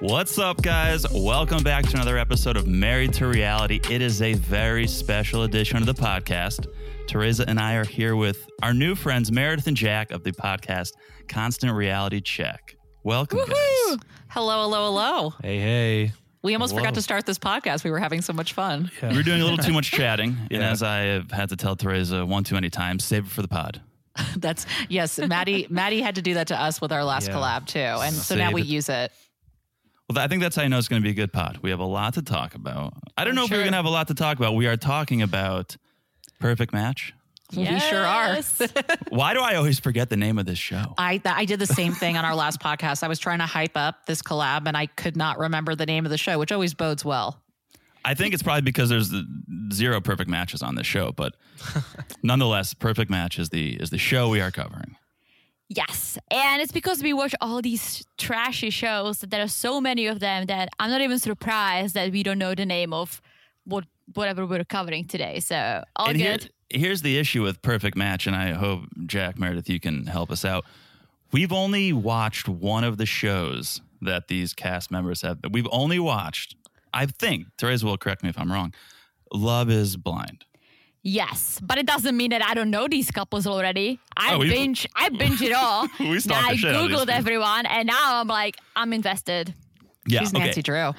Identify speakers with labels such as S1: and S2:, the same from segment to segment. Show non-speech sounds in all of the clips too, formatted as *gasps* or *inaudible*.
S1: What's up, guys? Welcome back to another episode of Married to Reality. It is a very special edition of the podcast. Teresa and I are here with our new friends, Meredith and Jack of the podcast Constant Reality Check. Welcome, guys.
S2: Hello, hello, hello.
S3: Hey, hey.
S2: We almost
S1: Whoa.
S2: forgot to start this podcast. We were having so much fun. *laughs*
S1: We were doing a little too much chatting, and
S3: Yeah.
S1: as I have had to tell Teresa one too many times, save it for the pod.
S2: That's yes, Maddie Maddie had to do that to us with our last
S3: Yeah.
S2: collab too. And so
S1: Save
S2: now we
S1: it.
S2: use it.
S1: Well, I think that's how I know it's going to be a good pod. We have a lot to talk about. I don't
S2: I'm
S1: know if we're
S2: sure.
S1: going to have a lot to talk about. We are talking about Perfect Match.
S2: We sure are. *laughs*
S4: Yes.
S1: Why do I always forget the name of this show?
S2: I th- I did the same thing on our last podcast. I was trying to hype up this collab and I could not remember the name of the show, which always bodes well.
S1: I think it's probably because there's the zero perfect matches on this show, but nonetheless, Perfect Match is the is the show we are covering.
S4: yes. And it's because we watch all these trashy shows that there are so many of them that I'm not even surprised that we don't know the name of what whatever we're covering today. So all
S1: and here-
S4: good.
S1: here's the issue with Perfect Match, and I hope Jack Meredith, you can help us out. We've only watched one of the shows that these cast members have. We've only watched, I think, Therese will correct me if I'm wrong. Love is blind.
S4: Yes. But it doesn't mean that I don't know these couples already. I
S1: Oh, we-
S4: binge I binge it all.
S1: *laughs* We stalked
S4: Now
S1: the
S4: I
S1: shit out of these
S4: Googled
S1: people.
S4: everyone and now I'm like, I'm invested.
S1: Yeah,
S2: She's
S1: okay.
S2: Nancy Drew.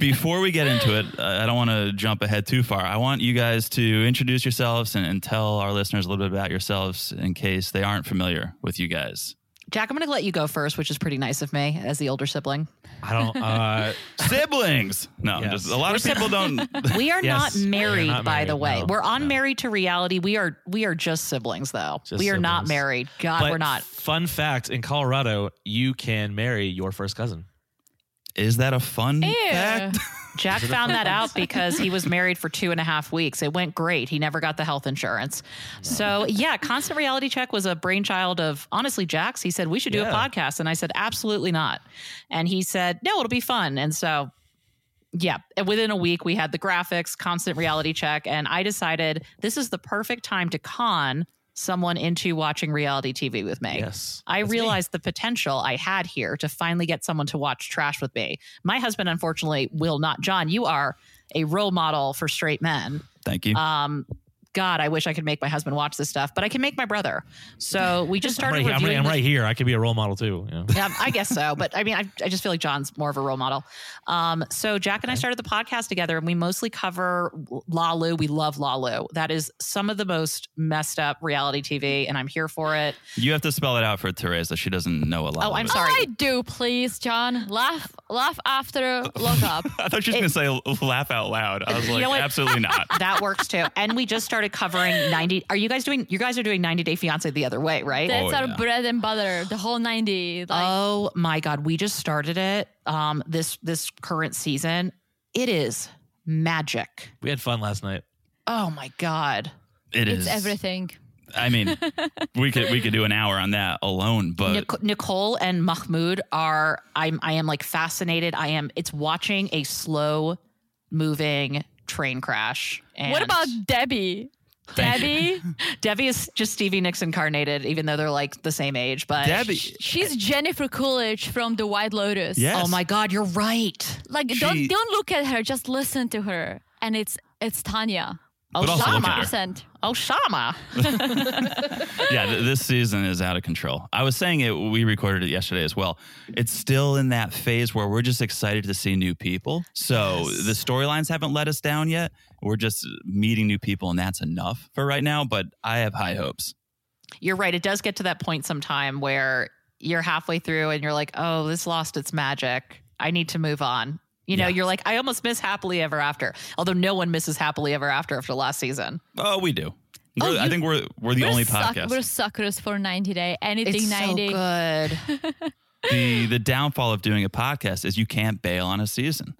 S1: Before we get into it, uh, I don't want to jump ahead too far. I want you guys to introduce yourselves and, and tell our listeners a little bit about yourselves in case they aren't familiar with you guys.
S2: Jack, I'm gonna let you go first, which is pretty nice of me as the older
S3: *laughs*
S2: sibling.
S3: I don't.
S2: *laughs*
S3: Uh,
S1: Siblings. No,
S3: Yes.
S1: just a lot of people don't.
S2: *laughs* We are
S3: Yes.
S2: not married,
S3: You're not
S2: by
S3: married,
S2: the way.
S3: no.
S2: we're on married to reality. We are we are just siblings though.
S3: Just
S2: we are not
S3: siblings.
S2: married. God,
S3: but
S2: we're not.
S3: Fun fact: in Colorado, you can marry your first cousin.
S1: Is that a fun
S4: Ew.
S1: fact?
S2: Jack found that out because he was married for two and a half weeks. It went great. He never got the health insurance. So, yeah, Constant Reality Check was a brainchild of honestly Jack's. He said, We should do a
S3: Yeah.
S2: podcast. And I said, Absolutely not. And he said, No, it'll be fun. And so, yeah, and within a week, we had the graphics, Constant Reality Check. And I decided this is the perfect time to con someone into watching reality TV with me.
S3: Yes,
S2: I
S3: that's me.
S2: realized the potential I had here to finally get someone to watch trash with me. My husband, unfortunately, will not. John, you are a role model for straight men.
S1: Thank you.
S2: Um, God, I wish I could make my husband watch this stuff, but I can make my brother. So we just
S3: *laughs* I'm
S2: started.
S3: right, here- I'm, right,
S2: reviewing
S3: I'm
S2: the-
S3: right here. I could be a role model too. you know.
S2: *laughs* yeah, I guess so. But I mean, I, I just feel like John's more of a role model. Um, so Jack and I started the podcast together, and we mostly cover Lalu. We love Lalu. That is some of the most messed up reality TV, and I'm here for it.
S1: you have to spell it out for Teresa. She doesn't know a lot.
S2: Oh,
S1: of
S2: I'm
S1: it.
S2: sorry.
S4: I do, please, John. Laugh laugh
S1: *laughs*
S4: after look up.
S1: *laughs* I thought she was going to say laugh out loud. I was like,
S2: know what?
S1: absolutely
S2: *laughs*
S1: not.
S2: That works too. And we just started covering 90. Are you guys doing, you guys are doing 90 Day Fiance the other way, right?
S4: That's
S1: Oh,
S4: our
S1: yeah. Uh,
S4: bread and butter, the whole ninety. Like
S2: oh my God. We just started it um, this, this current season. It is magic.
S3: We had fun last night.
S2: Oh my God.
S4: it's everything.
S1: I mean, we could we could do an hour on that alone, but
S2: Nic- Nicole and Mahmoud are, I'm, I am like fascinated. I am, it's watching a slow moving train crash. And
S4: What about Debbie? Debbie,
S1: *laughs*
S2: Debbie is just Stevie Nicks incarnated, even though they're like the same age, but
S1: Debbie.
S4: she's Jennifer Coolidge from The White Lotus.
S1: Yes.
S2: Oh my God, you're right.
S4: Like
S1: She-
S4: don't don't look at her, just listen to her. And it's it's Tanya.
S1: But also look at
S2: Osama.
S1: her.
S4: Percent.
S2: Osama.
S1: yeah, th- this season is out of control. I was saying it. We recorded it yesterday as well. It's still in that phase where we're just excited to see new people. So
S2: Yes.
S1: the storylines haven't let us down yet. We're just meeting new people, and that's enough for right now. But I have high hopes.
S2: You're right. It does get to that point sometime where you're halfway through and you're like, oh, this lost its magic. I need to move on. You know,
S1: Yeah.
S2: you're like, I almost miss Happily Ever After. Although no one misses Happily Ever After after last season.
S1: Oh, we do.
S4: Oh,
S1: We're- I
S4: you-
S1: think we're we're the only
S4: suck-
S1: podcast.
S4: we're suckers for 90 day. Anything
S2: It's so
S4: 90. *gasps*
S2: good.
S1: the the downfall of doing a podcast is you can't bail on a season.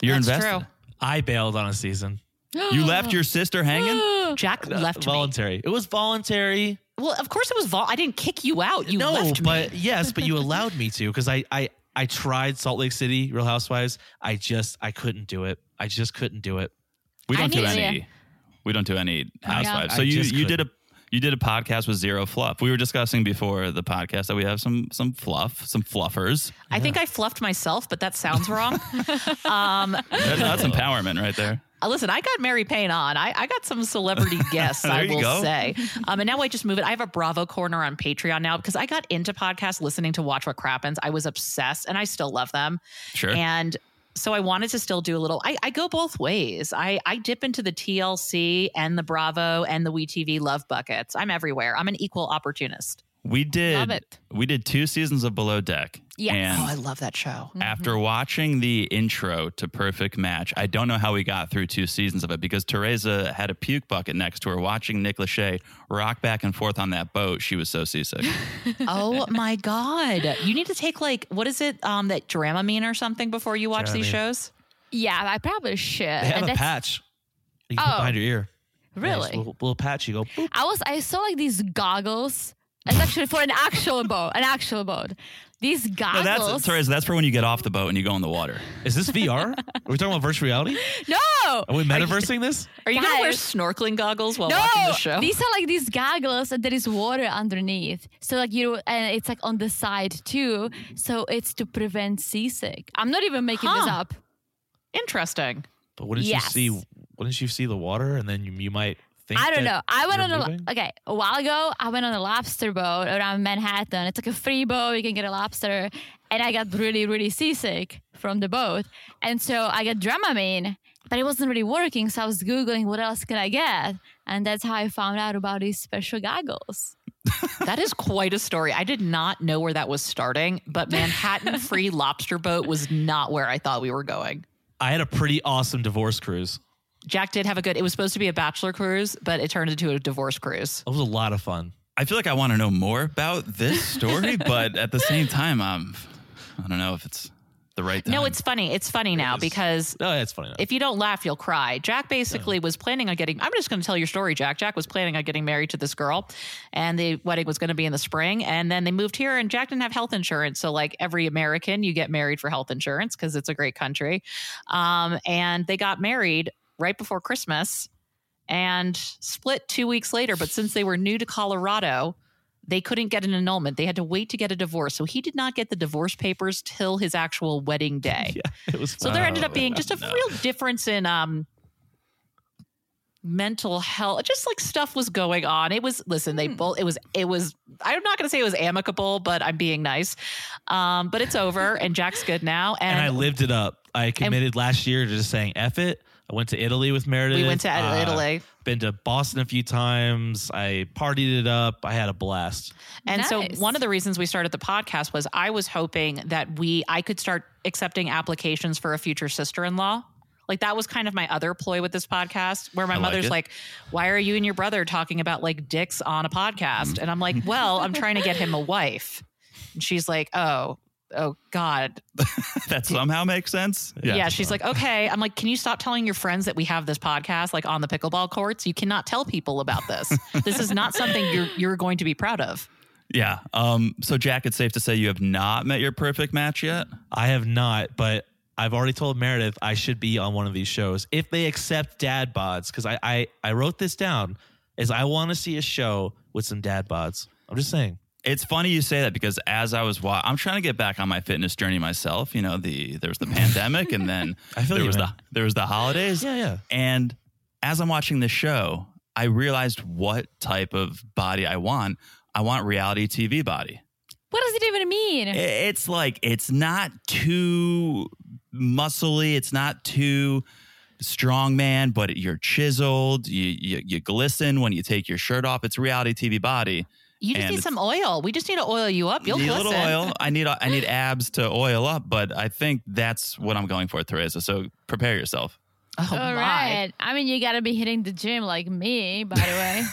S1: You're
S2: That's
S1: invested.
S3: I bailed on a season.
S1: You left your sister
S4: *gasps*
S1: hanging. *laughs*
S2: true. Jack
S1: Uh,
S2: left me.
S3: voluntary. It was voluntary.
S2: Well, of course it was vol. I didn't kick you out. You
S3: no,
S2: left me. *laughs*
S3: but yes, but you allowed me to because I I I tried Salt Lake City Real Housewives. I just I couldn't do it. I just couldn't do it.
S1: We
S4: I
S1: don't do
S4: need-
S1: any. We don't do any housewives.
S3: I
S1: So you
S3: just
S1: you did a You did a podcast with zero fluff. We were discussing before the podcast that we have some some fluff, some fluffers.
S2: I think I fluffed myself, but that sounds wrong.
S1: *laughs*
S2: um,
S1: That's,
S3: *laughs*
S1: that's empowerment right there.
S2: Uh, Listen, I got Mary Payne on. I, I got some *laughs* celebrity guests, I
S1: There you
S2: will
S1: go.
S2: say. Um, and now I just move it. I have a Bravo corner on Patreon now because I got into podcasts listening to Watch What Crappens. I was obsessed and I still love them.
S1: Sure.
S2: And so I wanted to still do a little. I, I go both ways. I, I dip into the TLC and the Bravo and the WeTV love buckets. I'm everywhere. I'm an equal opportunist.
S1: we
S4: Love
S1: did
S4: it.
S1: we did two seasons of Below Deck.
S4: Yes.
S1: And
S2: Oh, I love that show.
S4: Mm-hmm.
S1: after watching the intro to Perfect Match, I don't know how we got through two seasons of it because Teresa had a puke bucket next to her watching Nick Lachey rock back and forth on that boat. She was so
S4: *laughs*
S1: seasick.
S2: oh my God. You need to take like, what is it? Um, that Dramamine or something before you watch these
S3: Dramamine.
S2: shows?
S4: Yeah, I probably should.
S2: Uh,
S3: They have
S4: And
S3: a
S4: that's-
S3: patch. You can
S4: Oh.
S3: put behind your ear. Yeah, just
S4: Really?
S3: a little, little patch. You go. Boop.
S4: I was I saw like these goggles. It's actually for an actual *laughs* boat, an actual boat. These
S1: No,
S4: goggles.
S1: that's Teresa, that's for when you get off the boat and you go in the water.
S3: Is this VR? Are we talking about virtual reality?
S4: no,
S2: *laughs*
S3: Are we metaversing this?
S2: Are you going to wear
S4: Guys.
S2: snorkeling goggles while
S4: no.
S2: watching the show?
S4: These are like these goggles, and there is water underneath. So like you, and it's like on the side too. So it's to prevent seasick. I'm not even making this
S2: Huh.
S4: up.
S2: Interesting.
S3: But wouldn't
S4: Yes.
S3: you see? Wouldn't you see the water, and then you, you might think?
S4: I don't know.
S3: that
S4: I went
S3: you're
S4: on a lo-
S3: moving?
S4: okay a while ago. I went on a lobster boat around Manhattan. It's like a free boat. You can get a lobster, and I got really really seasick from the boat, and so I got Dramamine, but it wasn't really working. So I was googling what else can I get, and that's how I found out about these special goggles.
S2: That is quite a story. I did not know where that was starting, but *laughs* Manhattan Free Lobster Boat was not where I thought we were going.
S3: I had a pretty awesome divorce cruise.
S2: Jack did have a good, it was supposed to be a bachelor cruise, but it turned into a divorce cruise.
S3: It was a lot of fun.
S1: I feel like I want to know more about this
S3: *laughs*
S1: story, but at the same time, um, I don't know if it's the right time.
S2: No, it's funny. It's funny now
S3: is.
S2: because
S3: No, that's funny. Enough.
S2: if you don't laugh, you'll cry. Jack basically was planning on getting, I'm just going to tell your story, Jack. Jack was planning on getting married to this girl, and the wedding was going to be in the spring. And then they moved here, and Jack didn't have health insurance. So, like every American, you get married for health insurance because it's a great country. Um, and they got married right before Christmas and split two weeks later. But since they were new to Colorado, they couldn't get an annulment. They had to wait to get a divorce. So he did not get the divorce papers till his actual wedding day.
S3: yeah, it was.
S2: So
S3: fun.
S2: there ended up being just a
S1: no.
S2: real difference in um mental health. Just like stuff was going on. It was listen, they
S4: Hmm.
S2: both it was it was I'm not gonna say it was amicable, but I'm being nice. Um, but it's over and Jack's good now. And,
S3: and I lived it up. I committed last year to just saying "eff it." I went to Italy with Meredith.
S2: we went to
S3: Uh,
S2: Italy.
S3: Been to Boston a few times. I partied it up. I had a blast.
S2: And so
S4: Nice.
S2: one of the reasons we started the podcast was I was hoping that we I could start accepting applications for a future sister-in-law. Like that was kind of my other ploy with this podcast where my
S1: I like
S2: mother's
S1: it.
S2: like, "Why are you and your brother talking about like dicks on a podcast?" And I'm like,
S1: Mm.
S2: "Well, I'm trying to
S1: *laughs*
S2: get him a wife." And she's like, "Oh, Oh God!
S1: *laughs* that somehow makes sense.
S2: Yeah, she's like, okay. I'm like, can you stop telling your friends that we have this podcast, like on the pickleball courts? You cannot tell people about this. this is not something you're you're going to be proud of.
S1: Yeah. Um, so, Jack, it's safe to say you have not met your perfect match yet.
S3: I have not, but I've already told Meredith I should be on one of these shows if they accept dad bods. Because I, I I wrote this down is I want to see a show with some dad bods. I'm just saying.
S1: It's funny you say that because as I was wa I'm trying to get back on my fitness journey myself. You know, the there was the pandemic, and then
S3: I *laughs* feel
S1: there
S3: you,
S1: was
S3: man.
S1: the there was the holidays.
S3: Yeah, yeah.
S1: And as I'm watching this show, I realized what type of body I want. I want reality TV body.
S4: What does it even mean?
S1: I- It's like it's not too muscly, it's not too strong man, but you're chiseled, you, you you glisten when you take your shirt off. It's reality TV body.
S2: You just
S1: And
S2: need
S1: it's-
S2: some oil. We just need to oil you up. You'll
S1: need a
S2: glisten.
S1: little oil. I need I
S2: *laughs*
S1: need abs to oil up, but I think that's what I'm going for, Teresa. So prepare yourself.
S2: Oh
S4: All
S2: my!
S4: right. I mean, you gotta be hitting the gym like me. By the way,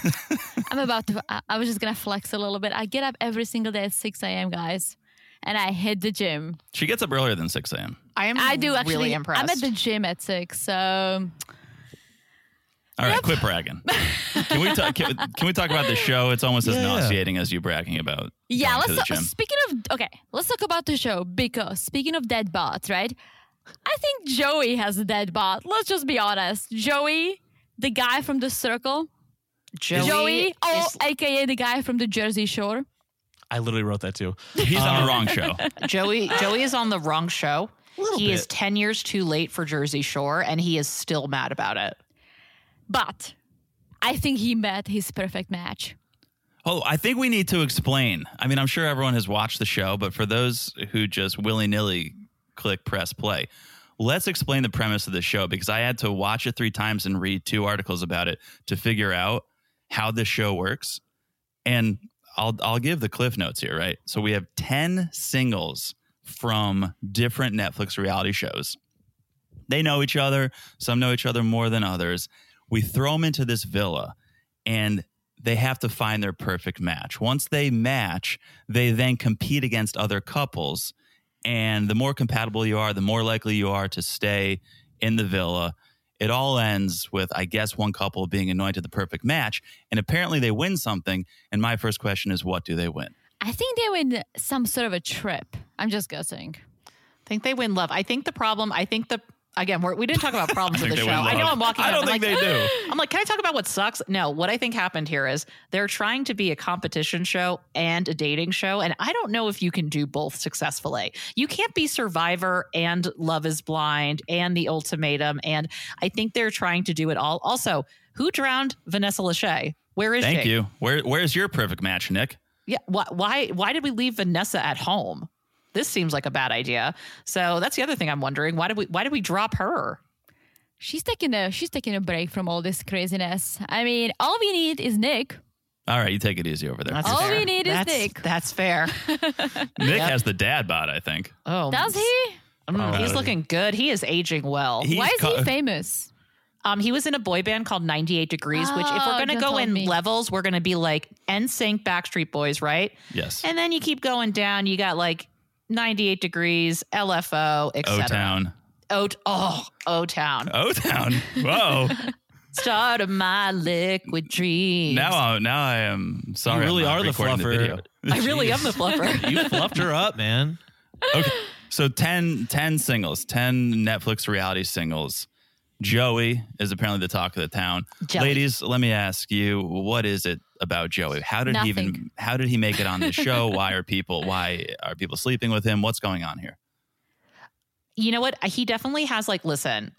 S4: I'm about to. I, I was just gonna flex a little bit. I get up every single day at 6 a.m. guys, and I hit the gym.
S1: She gets up earlier than 6 a.m.
S2: I am.
S4: I do actually.
S2: Really impressed.
S4: I'm at the gym at six, so
S1: All right, quit bragging. Can we talk? Can, can we talk about the show? It's almost as
S3: Yeah.
S1: nauseating as you bragging about.
S4: yeah.
S1: going to
S4: Let's
S1: the
S4: talk,
S1: gym.
S4: speaking of okay, let's talk about the show because speaking of dead bots, right? I think Joey has a dead bot. Let's just be honest. Joey, the guy from the circle,
S2: Joey,
S4: Joey, oh,
S2: is-
S4: aka the guy from the Jersey Shore.
S3: I literally wrote that too.
S1: He's on the wrong show.
S2: *laughs* Joey Joey is on the wrong show.
S3: Little
S2: He is
S3: bit.
S2: 10 years too late for Jersey Shore and he is still mad about it.
S4: But I think he met his perfect match.
S1: Oh, I think we need to explain. I mean, I'm sure everyone has watched the show, but for those who just willy nilly click press play, let's explain the premise of the show because I had to watch it three times and read two articles about it to figure out how this show works. And I'll I'll give the cliff notes here, right? So we have 10 singles from different Netflix reality shows. They know each other, some know each other more than others. We throw them into this villa and they have to find their perfect match. Once they match, they then compete against other couples. And the more compatible you are, the more likely you are to stay in the villa. It all ends with, I guess, one couple being anointed the perfect match. And apparently they win something. And my first question is, what do they win?
S4: I think they were in some sort of a trip. I'm just guessing.
S2: I think they win love. I think the problem, I think the again, we're, we didn't talk about problems of
S1: think
S2: the
S1: they
S2: show.
S1: win
S2: I know
S1: love.
S2: I'm walking
S1: I
S2: up,
S1: don't
S2: I'm
S1: think
S2: like,
S1: they do.
S2: *laughs* I'm like, can I talk about what sucks? No, what I think happened here is they're trying to be a competition show and a dating show. And I don't know if you can do both successfully. You can't be Survivor and Love is Blind and The Ultimatum. And I think they're trying to do it all. Also, who drowned Vanessa Lachey? Where is
S1: Thank
S2: she?
S1: you. Where, where's your perfect match, Nick?
S2: Yeah. Why, why? Why did we leave Vanessa at home? This seems like a bad idea. So that's the other thing I'm wondering. Why did we? Why did we drop her?
S4: She's taking a she's taking a break from all this craziness. I mean, all we need is Nick.
S1: All right, you take it easy over there.
S2: That's
S4: All we need is
S2: That's-
S4: Nick.
S2: That's
S4: *laughs*
S2: fair.
S1: Nick has the dad bod, I think.
S2: Oh,
S4: Does he?
S2: mm, he's
S3: Oh.
S2: looking good. He is aging well.
S1: He's
S4: Why is
S1: co-
S4: he famous?
S2: Um, he was in a boy band called 98 Degrees, which if
S4: Oh,
S2: we're gonna
S4: don't
S2: go
S4: tell
S2: in
S4: me.
S2: levels, we're gonna be like NSYNC, Backstreet Boys, right?
S1: Yes.
S2: And then you keep going down. You got like 98 Degrees, LFO,
S1: O
S2: etc.
S1: Town.
S2: O oh O Town.
S1: O Town. Whoa.
S2: Start of my liquid dreams.
S1: Now, I, now I am sorry.
S3: you really
S1: I'm not
S3: are the
S1: recording
S3: fluffer.
S1: video.
S2: I really am the fluffer.
S3: you fluffed her up, man.
S1: okay. So 10, 10 singles, 10 Netflix reality singles. Joey is apparently the talk of the town.
S2: Joey.
S1: Ladies, let me ask you, what is it about Joey? How did he even
S4: Nothing.
S1: how did he make it on the show?
S2: *laughs*
S1: why are people why are people sleeping with him? What's going on here?
S2: you know what? He definitely has like, listen,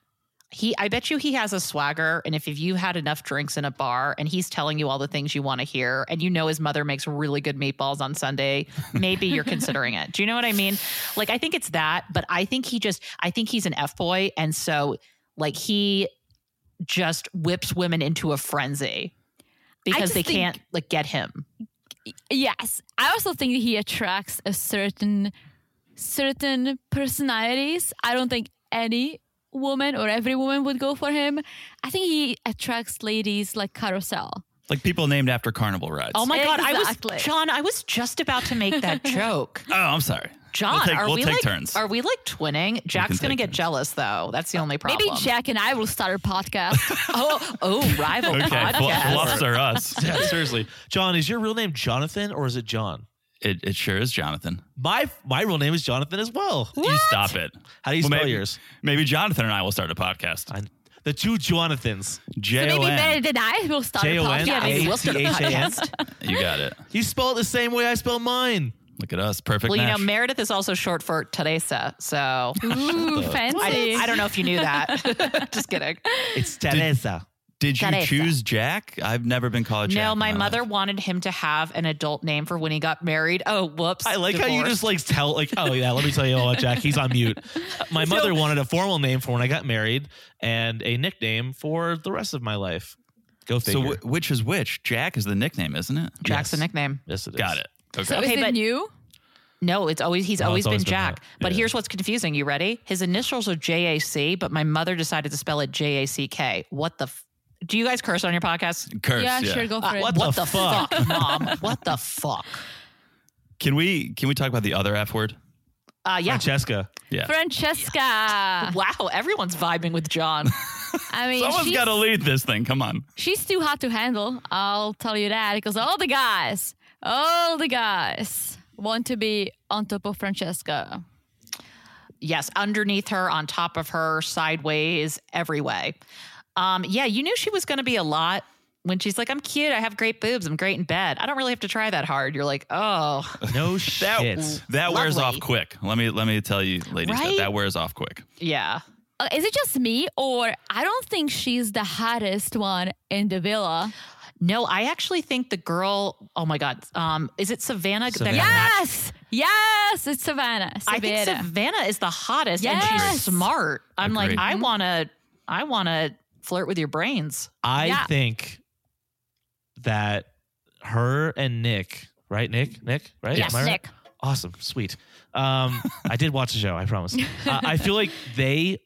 S2: he I bet you he has a swagger. And if you've had enough drinks in a bar and he's telling you all the things you want to hear, and you know his mother makes really good meatballs on Sunday, maybe you're considering it. Do you know what I mean? Like I think it's that, but I think he just I think he's an F boy. And so like he just whips women into a frenzy because
S4: just
S2: they
S4: think-
S2: can't like get him.
S4: Yes. I also think he attracts a certain certain personalities. I don't think any woman or every woman would go for him. I think he attracts ladies like carousel.
S1: Like people named after carnival rides.
S2: Oh my god, I
S4: Exactly.
S2: was John, I was just about to make that joke.
S1: Oh, I'm sorry.
S2: John,
S1: we'll take,
S2: are
S1: we'll
S2: we
S1: take
S2: like
S1: turns.
S2: are we like twinning? Jack's gonna
S1: take
S2: get
S1: turns.
S2: jealous though. That's the only problem.
S4: Maybe Jack and I will start a podcast.
S2: Oh, oh, rival
S1: *laughs* okay, fl-
S2: podcast.
S1: fluffs are us.
S3: *laughs* Yeah, seriously. John, is your real name Jonathan or is it John?
S1: It, it sure is Jonathan.
S3: My my real name is Jonathan as well.
S1: You stop it.
S3: How do you
S1: Well,
S3: spell
S1: maybe-
S3: yours?
S1: Maybe Jonathan and I will start a podcast.
S3: I, the two Jonathans.
S4: so
S1: J O
S4: maybe
S1: N.
S4: Meredith and I will start a
S3: J-O-N?
S4: podcast.
S2: yeah, maybe we'll start a
S3: A-T-H-A-N.
S2: podcast.
S1: You got it.
S3: You spell it the same way I spell mine.
S1: Look at us. Perfect
S2: Well, you know,
S1: match.
S2: Meredith is also short for Teresa, so
S4: Ooh, fancy.
S2: I, I don't know if you knew that. *laughs* Just kidding.
S3: It's Teresa.
S1: Did you
S2: Teresa.
S1: choose Jack? I've never been called Jack.
S2: no,
S1: in
S2: my mother
S1: life.
S2: wanted him to have an adult name for when he got married. Oh, whoops.
S3: I like how you
S2: Divorce.
S3: just like tell like oh yeah let me tell you about Jack he's on *laughs* mute. My mother wanted a formal name for when I got married and a nickname for the rest of my life. Go
S1: So
S3: figure.
S1: wh- which is which? Jack is the nickname, isn't it?
S2: Jack's a
S3: Yes.
S2: nickname.
S3: yes, it is.
S1: Got it. Okay.
S4: So
S2: Okay,
S4: is
S2: but-
S4: it new?
S2: No, it's always he's
S3: No, it's
S2: always, been
S3: always been
S2: Jack.
S3: that.
S2: But
S3: Yeah.
S2: here's what's confusing. You ready? His initials are J A C, but my mother decided to spell it J A C K. What the? F- Do you guys curse on your podcast?
S1: Curse.
S4: yeah,
S1: Yeah,
S4: sure, go for
S2: Uh,
S4: it.
S2: what, the, fuck? mom? What the fuck?
S1: Can we can we talk about the other F word?
S2: Uh, yeah.
S3: Francesca.
S1: Yeah.
S4: Francesca.
S2: Wow, everyone's vibing with *laughs* John.
S4: I mean,
S1: Someone's
S4: she's,
S1: got to lead this thing. Come on.
S4: she's too hot to handle. I'll tell you that because all the guys, all the guys want to be on top of Francesca.
S2: yes, underneath her, on top of her, sideways, every way. Um, yeah, you knew she was going to be a lot. when she's like, I'm cute, I have great boobs, I'm great in bed. I don't really have to try that hard. You're like, *laughs* oh,
S3: *laughs* No
S1: That
S3: shit.
S1: that wears
S2: Lovely.
S1: off quick. Let me let me tell you, ladies, that,
S2: Right?
S1: that wears off quick.
S2: yeah.
S4: Uh, is it just me or I don't think she's the hottest one in the villa?
S2: No, I actually think the girl, oh my God, um, is it Savannah? that got
S3: Savannah.
S2: matched?
S4: Yes, yes, it's Savannah.
S2: I think
S4: Savannah.
S2: Savannah is the hottest and
S4: Yes.
S2: she's smart. I'm like,
S1: Agreed.
S2: I wanna I wanna flirt with your brains.
S3: I
S4: Yeah.
S3: think that her and Nick, right? Nick, Nick, right?
S4: yes,
S3: Am I right?
S4: Nick.
S3: Awesome, sweet. Um, I did watch the show. I promise. Uh, I feel like they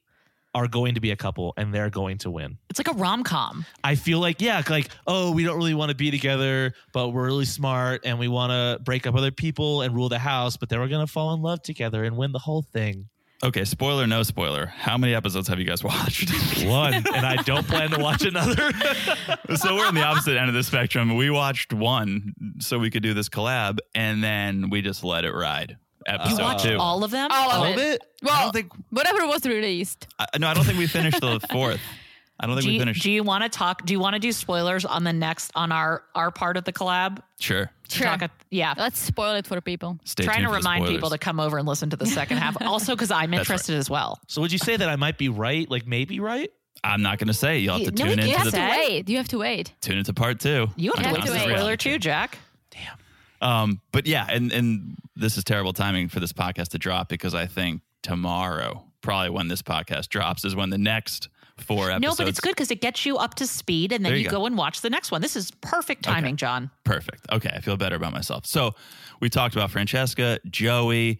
S3: are going to be a couple, and they're going to win.
S2: It's like a rom com.
S3: I feel like yeah, like oh, we don't really want to be together, but we're really smart, and we want to break up other people and rule the house. But then we're gonna fall in love together and win the
S1: *laughs*
S3: whole thing.
S1: Okay, spoiler, no spoiler. How many episodes have you guys watched? *laughs*
S3: One, and I don't plan to watch another. *laughs*
S1: so we're on the opposite end of the spectrum. We watched one so we could do this collab, and then we just let it ride.
S2: You
S1: Episode
S3: So-
S2: watch
S1: two.
S2: all of them?
S4: All of
S2: Oh,
S4: it.
S1: I
S4: Well,
S1: don't think.
S4: whatever was released.
S1: I, no, I don't think we finished
S2: *laughs*
S1: the fourth. I don't think
S2: Do
S1: we
S2: you,
S1: finished.
S2: do you want to talk? Do you want to do spoilers on the next on our our part of the collab?
S1: sure.
S4: Sure.
S2: Talk a- yeah.
S4: Let's spoil it for people.
S1: Stay
S2: Trying
S1: tuned
S2: to
S1: for the
S2: remind
S1: spoilers.
S2: people to come over and listen to the second *laughs* half. Also, because I'm
S1: right.
S2: interested as well.
S3: so would you say that I might be right? Like maybe right?
S1: I'm not going to say. it. You'll have to
S2: No,
S1: tune
S2: we
S1: into
S4: You
S2: can't.
S1: the
S4: have to
S2: Today?
S4: wait. You have to wait.
S1: tune into part two.
S2: You
S1: on
S2: have to
S4: have
S2: wait
S1: Constant
S4: to
S2: for
S4: wait.
S1: Reality
S2: spoiler too, Jack.
S1: Um, but yeah, and and this is terrible timing for this podcast to drop because I think tomorrow, probably when this podcast drops, is when the next four episodes.
S2: No, but it's good because it gets you up to speed, and then
S1: There
S2: you,
S1: you go.
S2: go. and watch the next one. This is perfect timing, John.
S1: Perfect. Okay, I feel better about myself. So we talked about Francesca, Joey,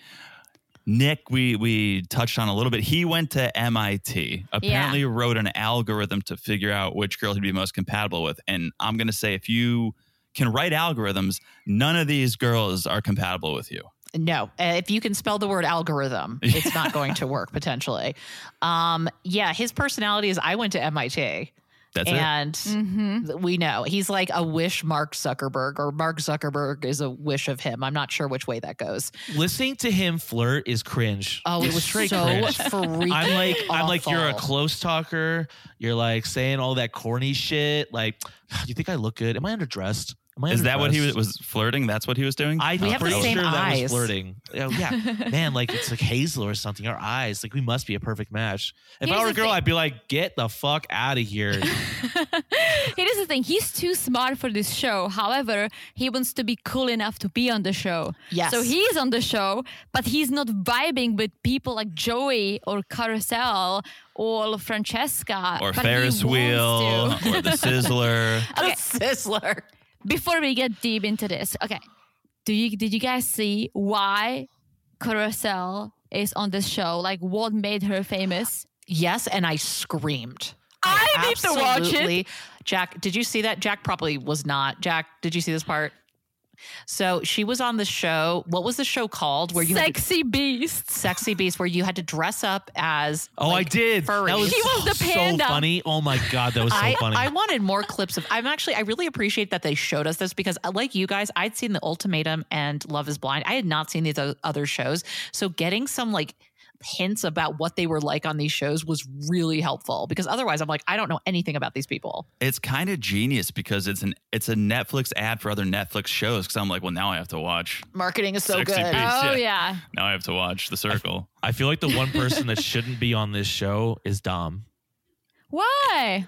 S1: Nick. We we touched on a little bit. He went to MIT. Apparently, wrote an algorithm to figure out which girl he'd be most compatible with. And I'm gonna say, if you can write algorithms, none of these girls are compatible with you.
S2: No, uh, if you can spell the
S1: *laughs*
S2: word algorithm, it's not going to work potentially. Um, yeah, his personality is I went to MIT,
S1: That's it.
S2: and
S4: Mm-hmm.
S2: th- we know he's like a wish Mark Zuckerberg, or Mark Zuckerberg is a wish of him. I'm not sure which way that goes.
S3: Listening to him flirt is cringe.
S2: Oh, it
S3: It's
S2: was so
S3: straight cringe.
S2: freaking.
S3: I'm like I'm like you're a
S2: awful.
S3: close talker. You're like saying all that corny shit. Like, *sighs* you think I look good? Am I underdressed? Am I
S1: Is that what he
S3: underdressed?"
S1: was, was flirting? That's what he was doing.
S3: I
S2: We have the
S3: pretty
S2: same
S3: sure that
S2: eyes.
S3: was flirting. Oh, yeah, man, like it's like Hazel or something. Our eyes, like we must be a perfect match. If
S4: Here's
S3: I were a
S4: the
S3: girl,
S4: thing.
S3: I'd be like, get the fuck out of here.
S4: Here is the thing. He's too smart for this show. However, he wants to be cool enough to be on the show.
S2: Yes. *laughs*
S4: So he's on the show, but he's not vibing with people like Joey or Carousel or Francesca
S1: or
S4: but he
S1: Ferris
S4: wants
S1: wheel
S4: to.
S3: *laughs*
S1: or the Sizzler.
S2: The
S4: Okay.
S2: sizzler.
S4: Before we get deep into this, okay. Do you did you guys see why Carousel is on this show? Like what made her famous?
S2: Yes, and I screamed.
S4: I need to watch it.
S2: absolutely- Jack, did you see that? Jack probably was not. Jack, did you see this part? So she was on the show. What was the show called? Where you had to-
S4: Sexy Beasts.
S2: sexy beast, where you had to dress up as
S3: Oh,
S2: like,
S3: I did.
S2: furries.
S3: That was,
S4: He was the
S3: so
S4: panda.
S3: funny. Oh my god, that was so
S2: I,
S3: funny.
S2: I wanted more clips of. I'm actually, I really appreciate that they showed us this because, uh, like you guys, I'd seen The Ultimatum and Love is Blind. I had not seen these o- other shows. So getting some like hints about what they were like on these shows was really helpful because otherwise I'm like, I don't know anything about these people.
S1: It's kind of genius because it's an it's a Netflix ad for other Netflix shows. Because I'm like, well, now I have to watch.
S2: Marketing is so
S1: Sexy
S2: good.
S1: beast.
S4: Oh
S1: Yeah.
S4: yeah.
S1: Now I have to watch The Circle.
S3: I feel like the one person that shouldn't be on this show is Dom.
S4: Why?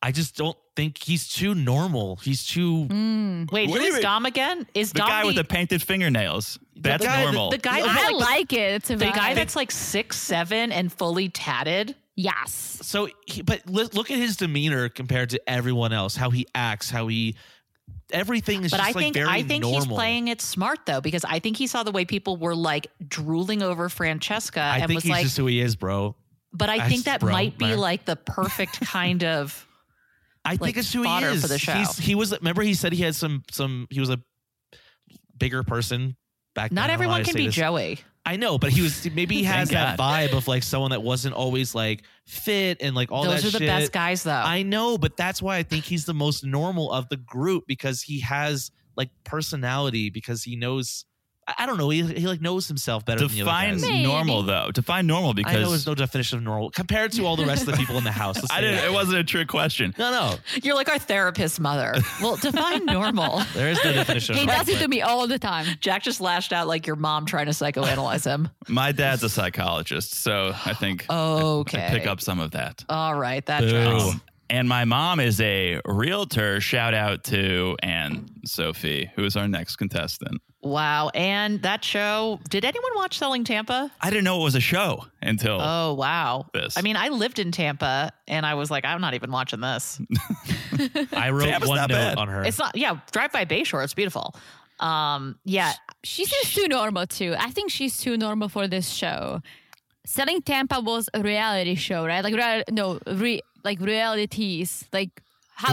S3: I just don't think he's too normal. He's too
S4: Mm.
S2: Wait,
S1: What
S2: who
S1: do you
S2: is
S1: mean?
S2: Dom again? Is
S1: The
S2: Dom
S1: guy with
S2: the,
S1: the painted fingernails. That's
S3: guy that-
S1: normal.
S2: the guy?
S4: I
S2: with, like,
S4: like it. It's a
S2: the guy
S4: vibe.
S2: that's like six seven and fully tatted.
S4: yes.
S3: so he, but li- look at his demeanor compared to everyone else how he acts how he everything is
S2: But
S3: just
S2: I
S3: like
S2: think
S3: very
S2: I think
S3: normal.
S2: he's playing it smart though, because I think he saw the way people were like drooling over Francesca
S3: i
S2: uh, and
S3: think
S2: was
S3: he's
S2: like.
S3: just who he is bro
S2: but I
S3: I
S2: think
S3: just
S2: that
S3: bro,
S2: might be
S3: man.
S2: like the
S3: *laughs*
S2: perfect kind of.
S3: i
S2: like,
S3: think it's who he
S2: fodder
S3: is
S2: for the show.
S3: He's, he was remember he said he had some some he was a bigger person back then.
S2: Not
S3: I don't know how
S2: everyone
S3: to
S2: can
S3: say
S2: be
S3: this.
S2: Joey.
S3: i know but he was
S2: *laughs*
S3: maybe he has
S1: Thank
S3: that vibe of like someone that wasn't always like fit and like all
S2: Those
S3: that
S2: are the
S3: shit.
S2: best guys though.
S3: I know, but that's why I think he's the most normal of the group because he has like personality because he knows I, I don't know. He, he like knows himself better
S1: Define
S3: than the other guys.
S4: Maybe.
S1: normal though. Define normal because
S3: I know there's no definition of normal compared to all the rest of the people in the house. *laughs* Let's
S1: I
S3: say
S1: didn't.
S3: that.
S1: It wasn't a trick question.
S3: No, no,
S2: You're like our therapist mother.
S4: Well,
S3: *laughs*
S4: define normal.
S3: there is no definition.
S4: he
S3: of
S4: does it
S3: normal,
S4: to me all the time.
S2: Jack just lashed out like your mom trying to psychoanalyze him.
S1: My dad's a psychologist, so I think I-
S2: Oh, Okay. Oh.
S1: I pick up some of that.
S2: All right, that
S3: Boo.
S2: tracks.
S1: Um, and my mom is a realtor. Shout out to Anne Sophie, who is our next contestant.
S2: Wow. And that show, did anyone watch Selling Tampa?
S1: I didn't know it was a show until
S2: Oh, wow.
S1: This.
S2: I mean, I lived in Tampa and I was like, I'm not even watching this.
S3: but I wrote
S1: Damn, it's
S3: one
S1: not
S3: note
S1: bad.
S3: on her.
S2: It's not, yeah, drive by Bayshore. It's beautiful. Um, yeah.
S4: She seems too normal too. I think she's too normal for this show. Selling Tampa was a reality show, right? Like real- no, re, like realities, like
S1: It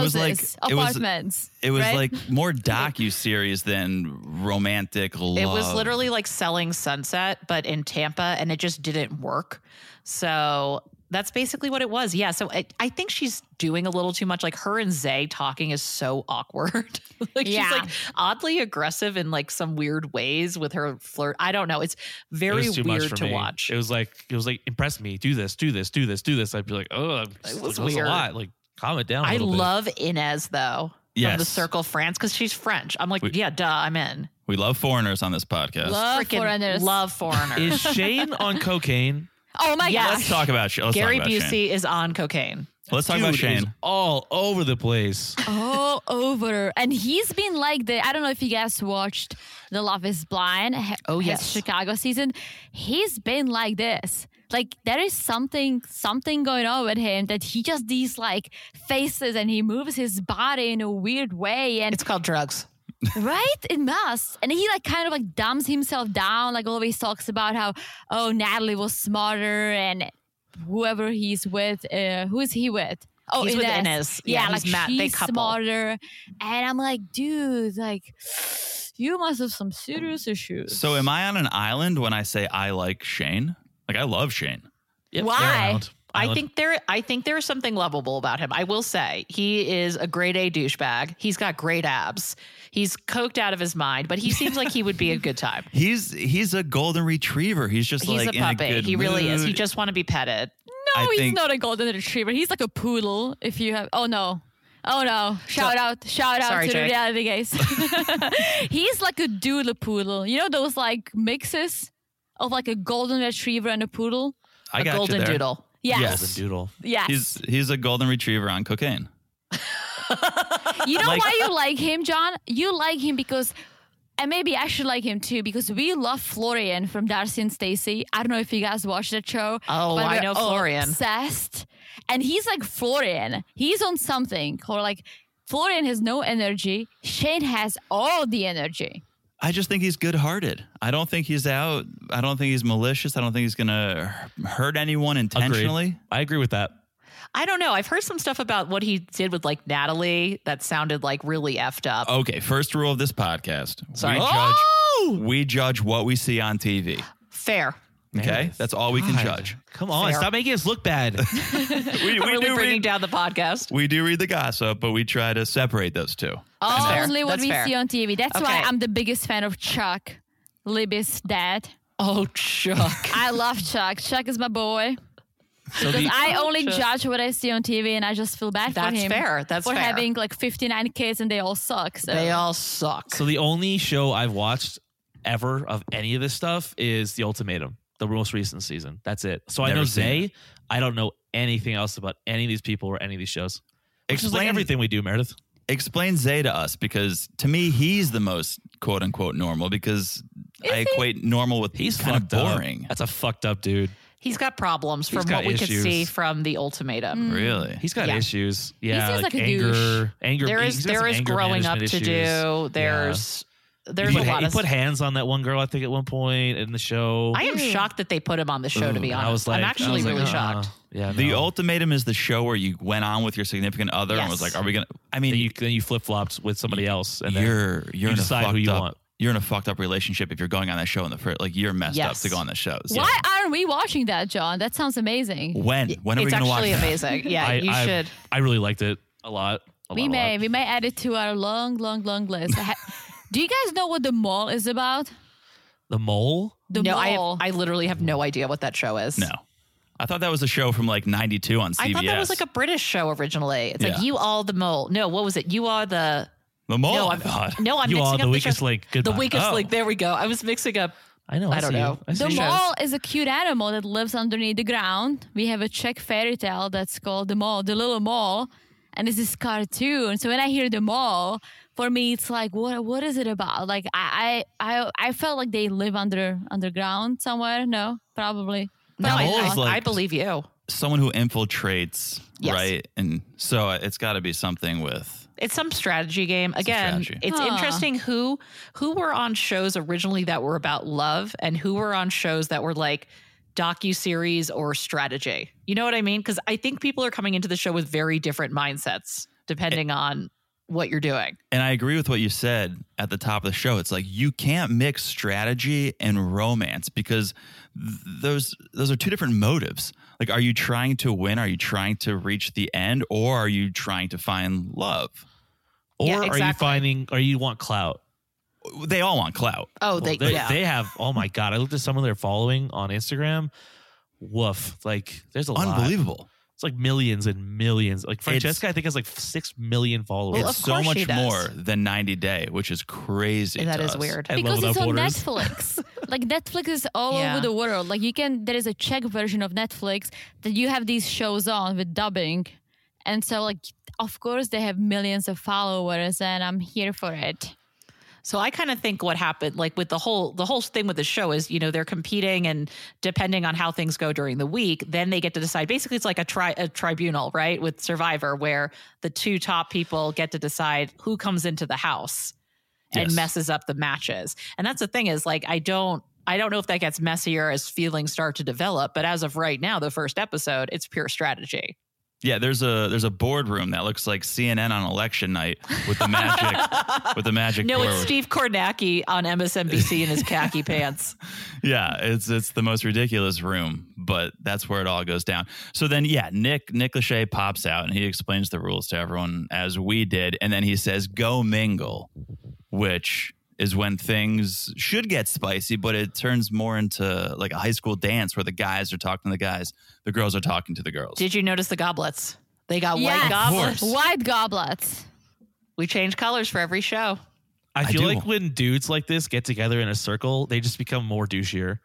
S1: was
S4: houses,
S1: like- it was-
S4: apartments.
S1: it was
S4: right?
S1: like more docu series than romantic love.
S2: It was literally like selling sunset, but in Tampa, and it just didn't work. So that's basically what it was. Yeah. So I, I think she's doing a little too much. Like her and Zay talking is so *laughs* awkward. like
S4: Yeah.
S2: she's like oddly aggressive in like some weird ways with her flirt. I don't know. It's
S3: It
S2: very
S3: was too much
S2: weird
S3: for
S2: to
S3: me.
S2: watch.
S3: It was like it was like impress me. Do this, do this, do this, do this. I'd be like, oh, I'm just-
S2: was
S3: that was
S2: weird.
S3: a lot. Like, calm it down. I
S2: I love Inez though. From the
S1: Yes.
S2: Circle France because she's French. I'm like,
S1: We-
S2: yeah, duh, I'm in.
S1: We love foreigners on this podcast.
S4: Love
S2: Freaking
S4: foreigners.
S2: Love foreigners.
S3: Is Shane on cocaine?
S4: Oh my
S2: Yes.
S4: gosh!
S1: Let's talk about Shane. Let's
S2: Gary
S1: talk about
S2: Busey
S1: Shane.
S2: is on cocaine.
S1: Let's talk about
S3: Dude is
S1: Shane.
S3: all over the place.
S4: all over. And he's been like the I don't know if you guys watched The Love Is Blind. he-
S2: Oh,
S4: his
S2: yes.
S4: Chicago season. He's been like this. Like there is something something going on with him that he just these like faces and he moves his body in a weird way
S2: *laughs*
S4: and
S2: It's called drugs.
S4: right it must and he like kind of like dumbs himself down like always talks about how oh Natalie was smarter and whoever he's with uh, who is he with oh
S2: he's with
S4: Inez
S2: Inez.
S4: yeah,
S2: he's
S4: like
S2: Matt.
S4: she's
S2: They couple.
S4: smarter, and I'm like, dude, like *sighs* you must have some serious issues.
S1: So, am I on an island when I say I like Shane? Like, I love Shane.
S3: Yep,
S4: Why?
S3: they're around.
S2: I
S3: Island.
S2: think there I think there is something lovable about him. I will say he is a grade A douchebag. He's got great abs. He's coked out of his mind, but he seems like he would be a good time.
S1: He's he's a golden retriever. *laughs* He's just
S2: He's
S1: like
S2: a
S1: in
S2: puppy.
S1: good
S2: he really is. He
S1: mood.
S2: just want to be petted.
S4: no,
S1: I
S4: he's
S1: think-
S4: not a golden retriever. He's like a poodle. If you have, oh no. Oh no! Shout out! Shout out
S2: Sorry,
S4: to
S2: Jake.
S4: the reality
S1: *laughs*
S4: guys. *laughs* He's like a doodle poodle. You know those like mixes of like a golden retriever and a poodle.
S1: I
S2: A
S1: got you
S2: golden
S1: there.
S2: doodle.
S4: Yes,
S1: Yes.
S3: Golden Doodle.
S4: yes.
S1: He's he's a golden retriever on cocaine.
S4: You know
S1: Like-
S4: why
S2: uh,
S4: you like him, John? You like him because, and maybe I should like him too, because we love Florian from Darcy and Stacy. I don't know if you guys watched that show.
S2: Oh,
S4: but
S2: I
S4: we're
S2: know Florian.
S4: Obsessed. And he's like Florian. He's on something, or like Florian has no energy. Shane has all the energy.
S1: I just think he's good-hearted. I don't think he's out. I don't think he's malicious. I don't think he's gonna hurt anyone intentionally.
S3: I agree with that.
S2: I don't know. I've heard some stuff about what he did with like Natalie that sounded like really effed up.
S1: Okay, first rule of this podcast:
S2: Sorry. Oh!
S1: we judge we judge what we see on TV.
S2: Fair.
S1: Okay,
S3: Man,
S1: that's all we can
S3: God.
S1: judge.
S3: Come on,
S2: Fair.
S3: stop making us look bad.
S2: *laughs*
S1: We, we
S2: really
S1: do
S2: bringing
S1: read,
S2: down the podcast.
S1: we do read the gossip, but we try to separate those two.
S2: That's fair.
S4: Only what
S2: That's
S4: we
S2: fair.
S4: see on TV. That's why
S2: Okay.
S4: I'm the biggest fan of Chuck, Libby's dad.
S2: Oh, Chuck.
S4: I love Chuck. Chuck is my boy.
S1: So the,
S4: I only
S2: Chuck.
S4: judge what I see on TV, and I just feel bad for
S2: That's
S4: him.
S2: fair. That's
S4: for
S2: fair.
S4: having like 59 kids and they all suck. So.
S2: they all suck.
S3: so the only show I've watched ever of any of this stuff is The Ultimatum, the most recent season. That's it. So I
S1: Never
S3: know
S1: seen
S3: Zay. I don't know anything else about any of these people or any of these shows. Which is like
S1: Explain-
S3: everything we do, Meredith.
S1: explain Zay to us because to me he's the most quote unquote normal because I equate normal with
S3: He's
S1: kind of
S3: fucked up.
S1: boring.
S3: That's a fucked up dude.
S2: He's got problems
S3: He's
S2: from
S3: got
S2: what we could
S3: issues.
S2: see from the ultimatum.
S1: Really,
S3: He's got
S2: Yeah.
S3: issues. Yeah,
S4: seems
S3: like,
S4: like a
S3: anger,
S4: douche.
S3: anger.
S2: There is
S3: he's got
S2: there
S3: some
S2: is
S3: anger
S2: growing up
S3: management
S2: to
S3: issues.
S2: do. There's there's
S3: he
S2: a
S3: put,
S2: lot
S3: he
S2: of.
S3: put hands on that one girl, I think, at one point in the show.
S2: I am shocked that they put him on the show. to be
S3: And
S2: honest,
S3: I was like,
S2: I'm actually
S3: I was like,
S2: really
S3: uh-uh.
S2: shocked.
S3: Yeah,
S1: The
S3: no.
S1: ultimatum is the show where you went on with your significant other and was
S2: Yes.
S1: like, "Are we gonna?" I mean,
S3: Then you
S1: you,
S3: then you flip flopped with somebody else,
S1: are
S3: and then
S1: you're
S3: you
S1: in a
S3: decide who
S1: fucked
S3: you
S1: up-
S3: want.
S1: You're in a fucked up relationship if you're going on that show in the first. Like you're messed
S2: Yes.
S1: up to go on the show. So-
S4: Why aren't we watching that, John? That sounds amazing.
S1: When? When are
S2: it's
S1: we gonna watch?
S2: actually
S1: that?
S2: amazing. Yeah,
S3: I,
S2: you
S3: I-
S2: should.
S3: I really liked it a lot. A lot,
S4: We
S3: a
S4: may
S3: lot.
S4: we may
S2: *laughs*
S4: add it to our long, long, long list. I ha- Do you guys know what the mall is about?
S3: The mole?
S4: The
S2: no,
S4: mole.
S2: I I literally have no idea what that show is.
S1: No. I thought that was a show from like 92 on CBS.
S2: I thought that was like a British show originally. It's
S1: Yeah.
S2: like you all the mole. No, what was it? You are the
S1: the mole,
S2: no,
S1: I
S2: I'm-
S1: thought.
S2: no. I'm
S3: you
S2: mixing
S3: are
S2: up
S3: the weakest
S2: show.
S3: link. Goodbye.
S2: The weakest
S1: Oh.
S2: link. There we go. I was mixing up.
S3: I know. I,
S2: I don't
S3: see
S2: know.
S3: You. I
S4: the
S3: see you.
S2: shows.
S4: mole is a cute animal that lives underneath the ground. We have a Czech fairy tale that's called the mole, the little mole, and it's this cartoon. So when I hear the mole, for me it's like, what what is it about? Like I I I, I felt like they live under underground somewhere. No, probably.
S2: No, I,
S4: Probably
S1: mole
S2: I,
S1: is
S4: not.
S1: like-
S2: I believe you.
S1: Someone who infiltrates,
S2: Yes.
S1: right? And so it's got to be something with.
S2: It's some strategy game. Again,
S1: strategy.
S2: it's
S4: Huh.
S2: interesting who who were on shows originally that were about love and who were on shows that were like docu series or strategy. You know what I mean? Because I think people are coming into the show with very different mindsets depending on what you're doing.
S1: And I agree with what you said at the top of the show. It's like you can't mix strategy and romance because th- those those are two different motives. Like are you trying to win? Are you trying to reach the end or are you trying to find love?
S3: Or
S2: Yeah,
S3: are you
S2: exactly.
S3: finding, or you want clout?
S1: They all want clout.
S2: Oh, they,
S3: Well, they,
S2: yeah.
S3: they have, oh my God. I looked at some of their following on Instagram. Woof. Like, there's a lot.
S1: Unbelievable.
S3: It's like millions and millions. Like,
S1: It's-
S3: Francesca, I think, has like 6 million followers.
S2: Well,
S1: it's
S2: of
S1: so
S2: course she
S1: much
S2: does.
S1: more than 90 Day, which is crazy.
S2: that
S1: to
S2: is
S1: us.
S2: weird.
S3: I
S4: because
S3: love
S4: it's
S3: without
S4: on
S3: borders. *laughs*
S4: Netflix. like Netflix is all
S2: Yeah.
S4: over the world. Like you can there is a Czech version of Netflix that you have these shows on with dubbing. And so like of course they have millions of followers and I'm here for it.
S2: So I kind of think what happened, like with the whole the whole thing with the show is, you know, they're competing and depending on how things go during the week, then they get to decide. Basically, it's like a tri a tribunal, right, with Survivor, where the two top people get to decide who comes into the house and
S1: Yes.
S2: messes up the matches. And that's the thing is, like, I don't. I don't know if that gets messier as feelings start to develop, but as of right now, the first episode, it's pure strategy.
S1: Yeah, there's a there's a boardroom that looks like CNN on election night with the magic
S2: *laughs*
S1: with the magic.
S2: no,
S1: board.
S2: it's Steve Kornacki on MSNBC in his khaki pants.
S1: Yeah, it's it's the most ridiculous room, but that's where it all goes down. So then, yeah, Nick Nick Lachey pops out and he explains the rules to everyone as we did, and then he says, "Go mingle," which is when things should get spicy, but it turns more into like a high school dance where the guys are talking to the guys, the girls are talking to the girls.
S2: Did you notice the goblets? They got
S4: Yes.
S2: white
S4: Of
S2: goblets.
S1: course.
S4: White goblets.
S2: We change colors for every show.
S3: I
S1: I
S3: feel
S1: do.
S3: like when dudes like this get together in a circle, they just become more douchier.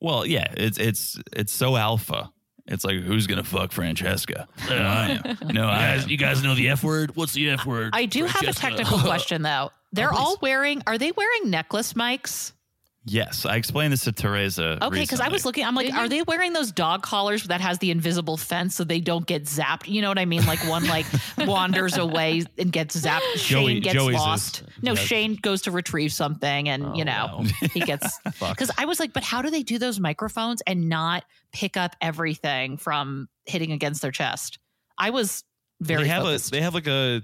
S1: Well, yeah, it's it's it's so alpha. It's like who's gonna fuck Francesca? No, I am. No, I am.
S3: guys know the F word? What's the F word?
S2: I do have a technical question though. They're all wearing. Are they wearing necklace mics?
S1: Yes, I explained this to Teresa.
S2: Okay, because I was
S1: recently.
S2: looking. I'm like,
S4: Did
S2: are
S4: you?
S2: they wearing those dog collars that has the invisible fence so they don't get zapped? You know what I mean? Like one like wanders away and gets zapped. Shane
S3: Joey-
S2: gets
S3: Joey's is-
S2: lost. no,
S3: yeah.
S2: Shane goes to retrieve something, and
S3: Oh,
S2: you know he gets. Because I was like, but how do they do those microphones and not pick up everything from hitting against their chest? I was *laughs* very
S3: they have
S2: focused.
S3: a they have like a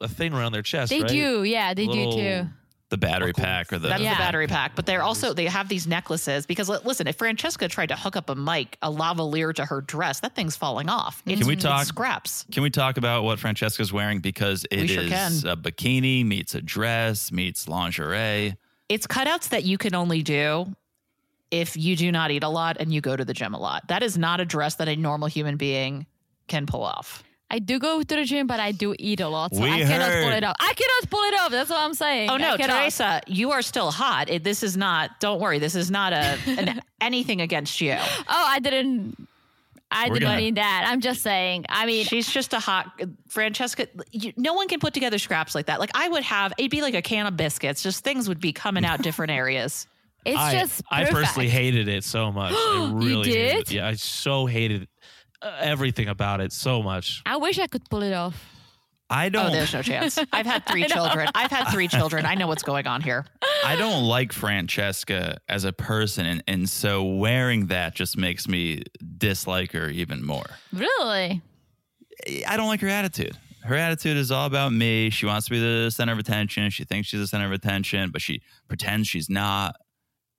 S3: a thing around their chest.
S4: They
S3: right?
S4: do, yeah, they
S3: Little-
S4: do too.
S1: the battery
S3: Buckle.
S1: pack or the
S2: That's
S4: Yeah.
S2: the battery pack. But they're also they have these necklaces because li- listen, if Francesca tried to hook up a mic, a lavalier to her dress, that thing's falling off. It's,
S1: Can we
S2: it's
S1: talk-
S2: scraps?
S1: Can we talk about what Francesca's wearing because it
S2: We
S1: is
S2: sure can.
S1: a bikini meets a dress meets lingerie.
S2: It's cutouts that you can only do if you do not eat a lot and you go to the gym a lot. That is not a dress that a normal human being can pull off.
S4: I do go to the gym, but I do eat a lot, so
S1: We
S4: I cannot pull
S1: heard.
S4: it off. I cannot pull it off. That's what I'm saying.
S2: Oh no,
S4: I cannot.
S2: Teresa, you are still hot. It, this is not. Don't worry, this is not a an,
S4: *laughs*
S2: anything against you.
S4: Oh, I didn't. I
S1: We're
S4: did not
S1: gonna-
S4: eat that. I'm just saying. I mean,
S2: She's just a hot uh, Francesca. You, no one can put together scraps like that. Like I would have, it'd be like a can of biscuits. Just things would be coming out different
S4: *laughs*
S2: areas.
S4: it's
S3: I,
S4: just
S3: I
S4: perfect.
S3: personally hated it so much.
S2: *gasps*
S3: I
S4: You
S3: really hated it.
S4: did?
S3: Yeah, I so hated uh, everything about it so much.
S4: I wish I could pull it off.
S1: I
S2: Oh,
S1: don't
S2: there's no chance. I've had three
S4: *laughs* I know.
S2: children. I've had three children. I know what's going on here.
S1: *laughs* I don't like Francesca as a person and, and so wearing that just makes me dislike her even more.
S4: Really?
S1: I don't like her attitude. Her attitude is all about me. She wants to be the center of attention. She thinks she's the center of attention, but she pretends she's not.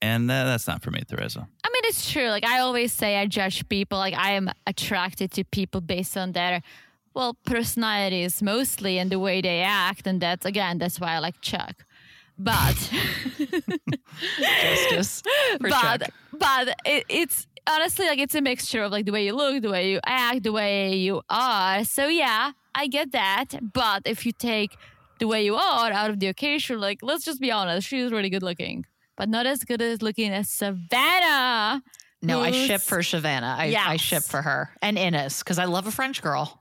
S1: And that, that's not for me, Teresa.
S4: I mean, it's true. Like I always say, I judge people. Like I am attracted to people based on their, well, personalities mostly and the way they act, and that's again, that's why I like Chuck. but
S2: Justice. *laughs* for
S4: but
S2: Chuck.
S4: but it, it's honestly like it's a mixture of like the way you look, the way you act, the way you are. So yeah, I get that. But if you take the way you are out of the occasion, like let's just be honest, she's really good looking, but not as good as looking as Savannah.
S2: No, I
S4: who's-
S2: ship for Savannah. I, I
S4: Yes.
S2: ship for her and Innes because I love a French girl.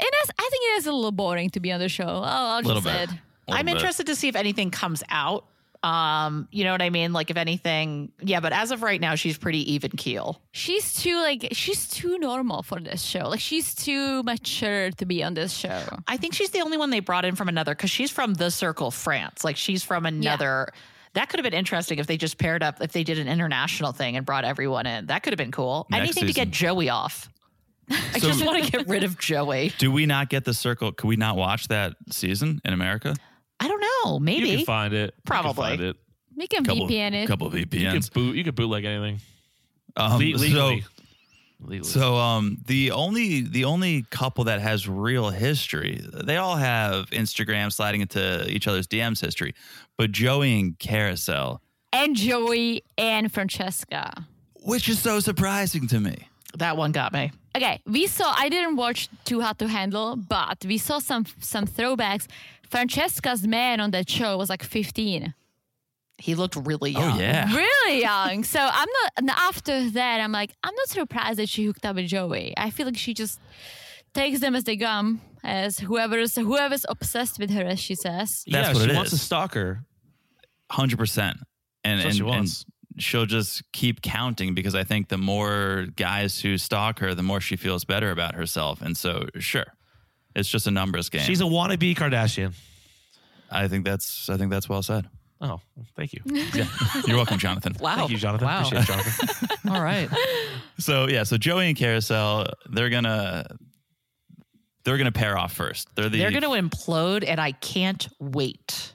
S4: Ines, I think it is a little boring to be on the show. I'll, I'll
S1: Little
S4: just
S1: bit.
S4: say it.
S1: Little
S2: I'm
S1: bit.
S2: interested to see if anything comes out. Um, you know what I mean? Like if anything, yeah. But as of right now, she's pretty even keel.
S4: She's too like she's too normal for this show. Like she's too mature to be on this show.
S2: I think she's the only one they brought in from another because she's from the Circle France. Like she's from another. That could have been interesting if they just paired up. If they did an international thing and brought everyone in, that could have been cool.
S1: Next
S2: anything to
S1: season.
S2: get Joey off. *laughs* I
S1: So-
S2: just want to get rid of Joey.
S1: Do we not get the circle? Could we not watch that season in America?
S2: I don't know.
S3: You can
S2: Maybe
S3: find it. You can
S2: Probably.
S3: find it.
S4: Make a
S1: Couple,
S4: VPN it.
S1: couple
S3: You can
S1: VPNs.
S3: boot. You can bootleg anything.
S1: Um,
S3: Le-
S1: so,
S3: legally. Legally.
S1: so um, the only the only couple that has real history, they all have Instagram sliding into each other's DMs history, but Joey and Carousel,
S4: and Joey and Francesca.
S1: which is so surprising to me.
S2: that one got me.
S4: Okay, we saw. I didn't watch Too Hot to Handle, but we saw some some throwbacks. Francesca's man on that show was like 15,
S2: He looked really young.
S1: Oh *laughs* yeah,
S4: really young. So I'm not. And after that, I'm like, I'm not surprised that she hooked up with Joey. I feel like she just takes them as they come, as whoever's whoever's obsessed with her, as she says.
S1: That's
S3: yeah,
S1: what
S3: she
S1: it
S3: wants
S1: is.
S3: a stalker.
S1: hundred percent. And
S3: That's
S1: and,
S3: what she
S1: and
S3: wants.
S1: she'll just keep counting because I think the more guys who stalk her, the more she feels better about herself. And so, sure, it's just a numbers game.
S3: She's a wannabe Kardashian.
S1: I think that's I think that's well said.
S3: Oh,
S2: *laughs*
S3: thank you.
S1: Yeah. You're welcome, Jonathan.
S2: Wow.
S3: Thank you, Jonathan.
S2: Wow.
S3: Appreciate
S2: *laughs*
S3: it, Jonathan.
S1: *laughs*
S2: All right.
S1: So yeah, so Joey and Carousel, they're gonna they're gonna pair off first. They're the
S2: They're going to implode, and I can't wait.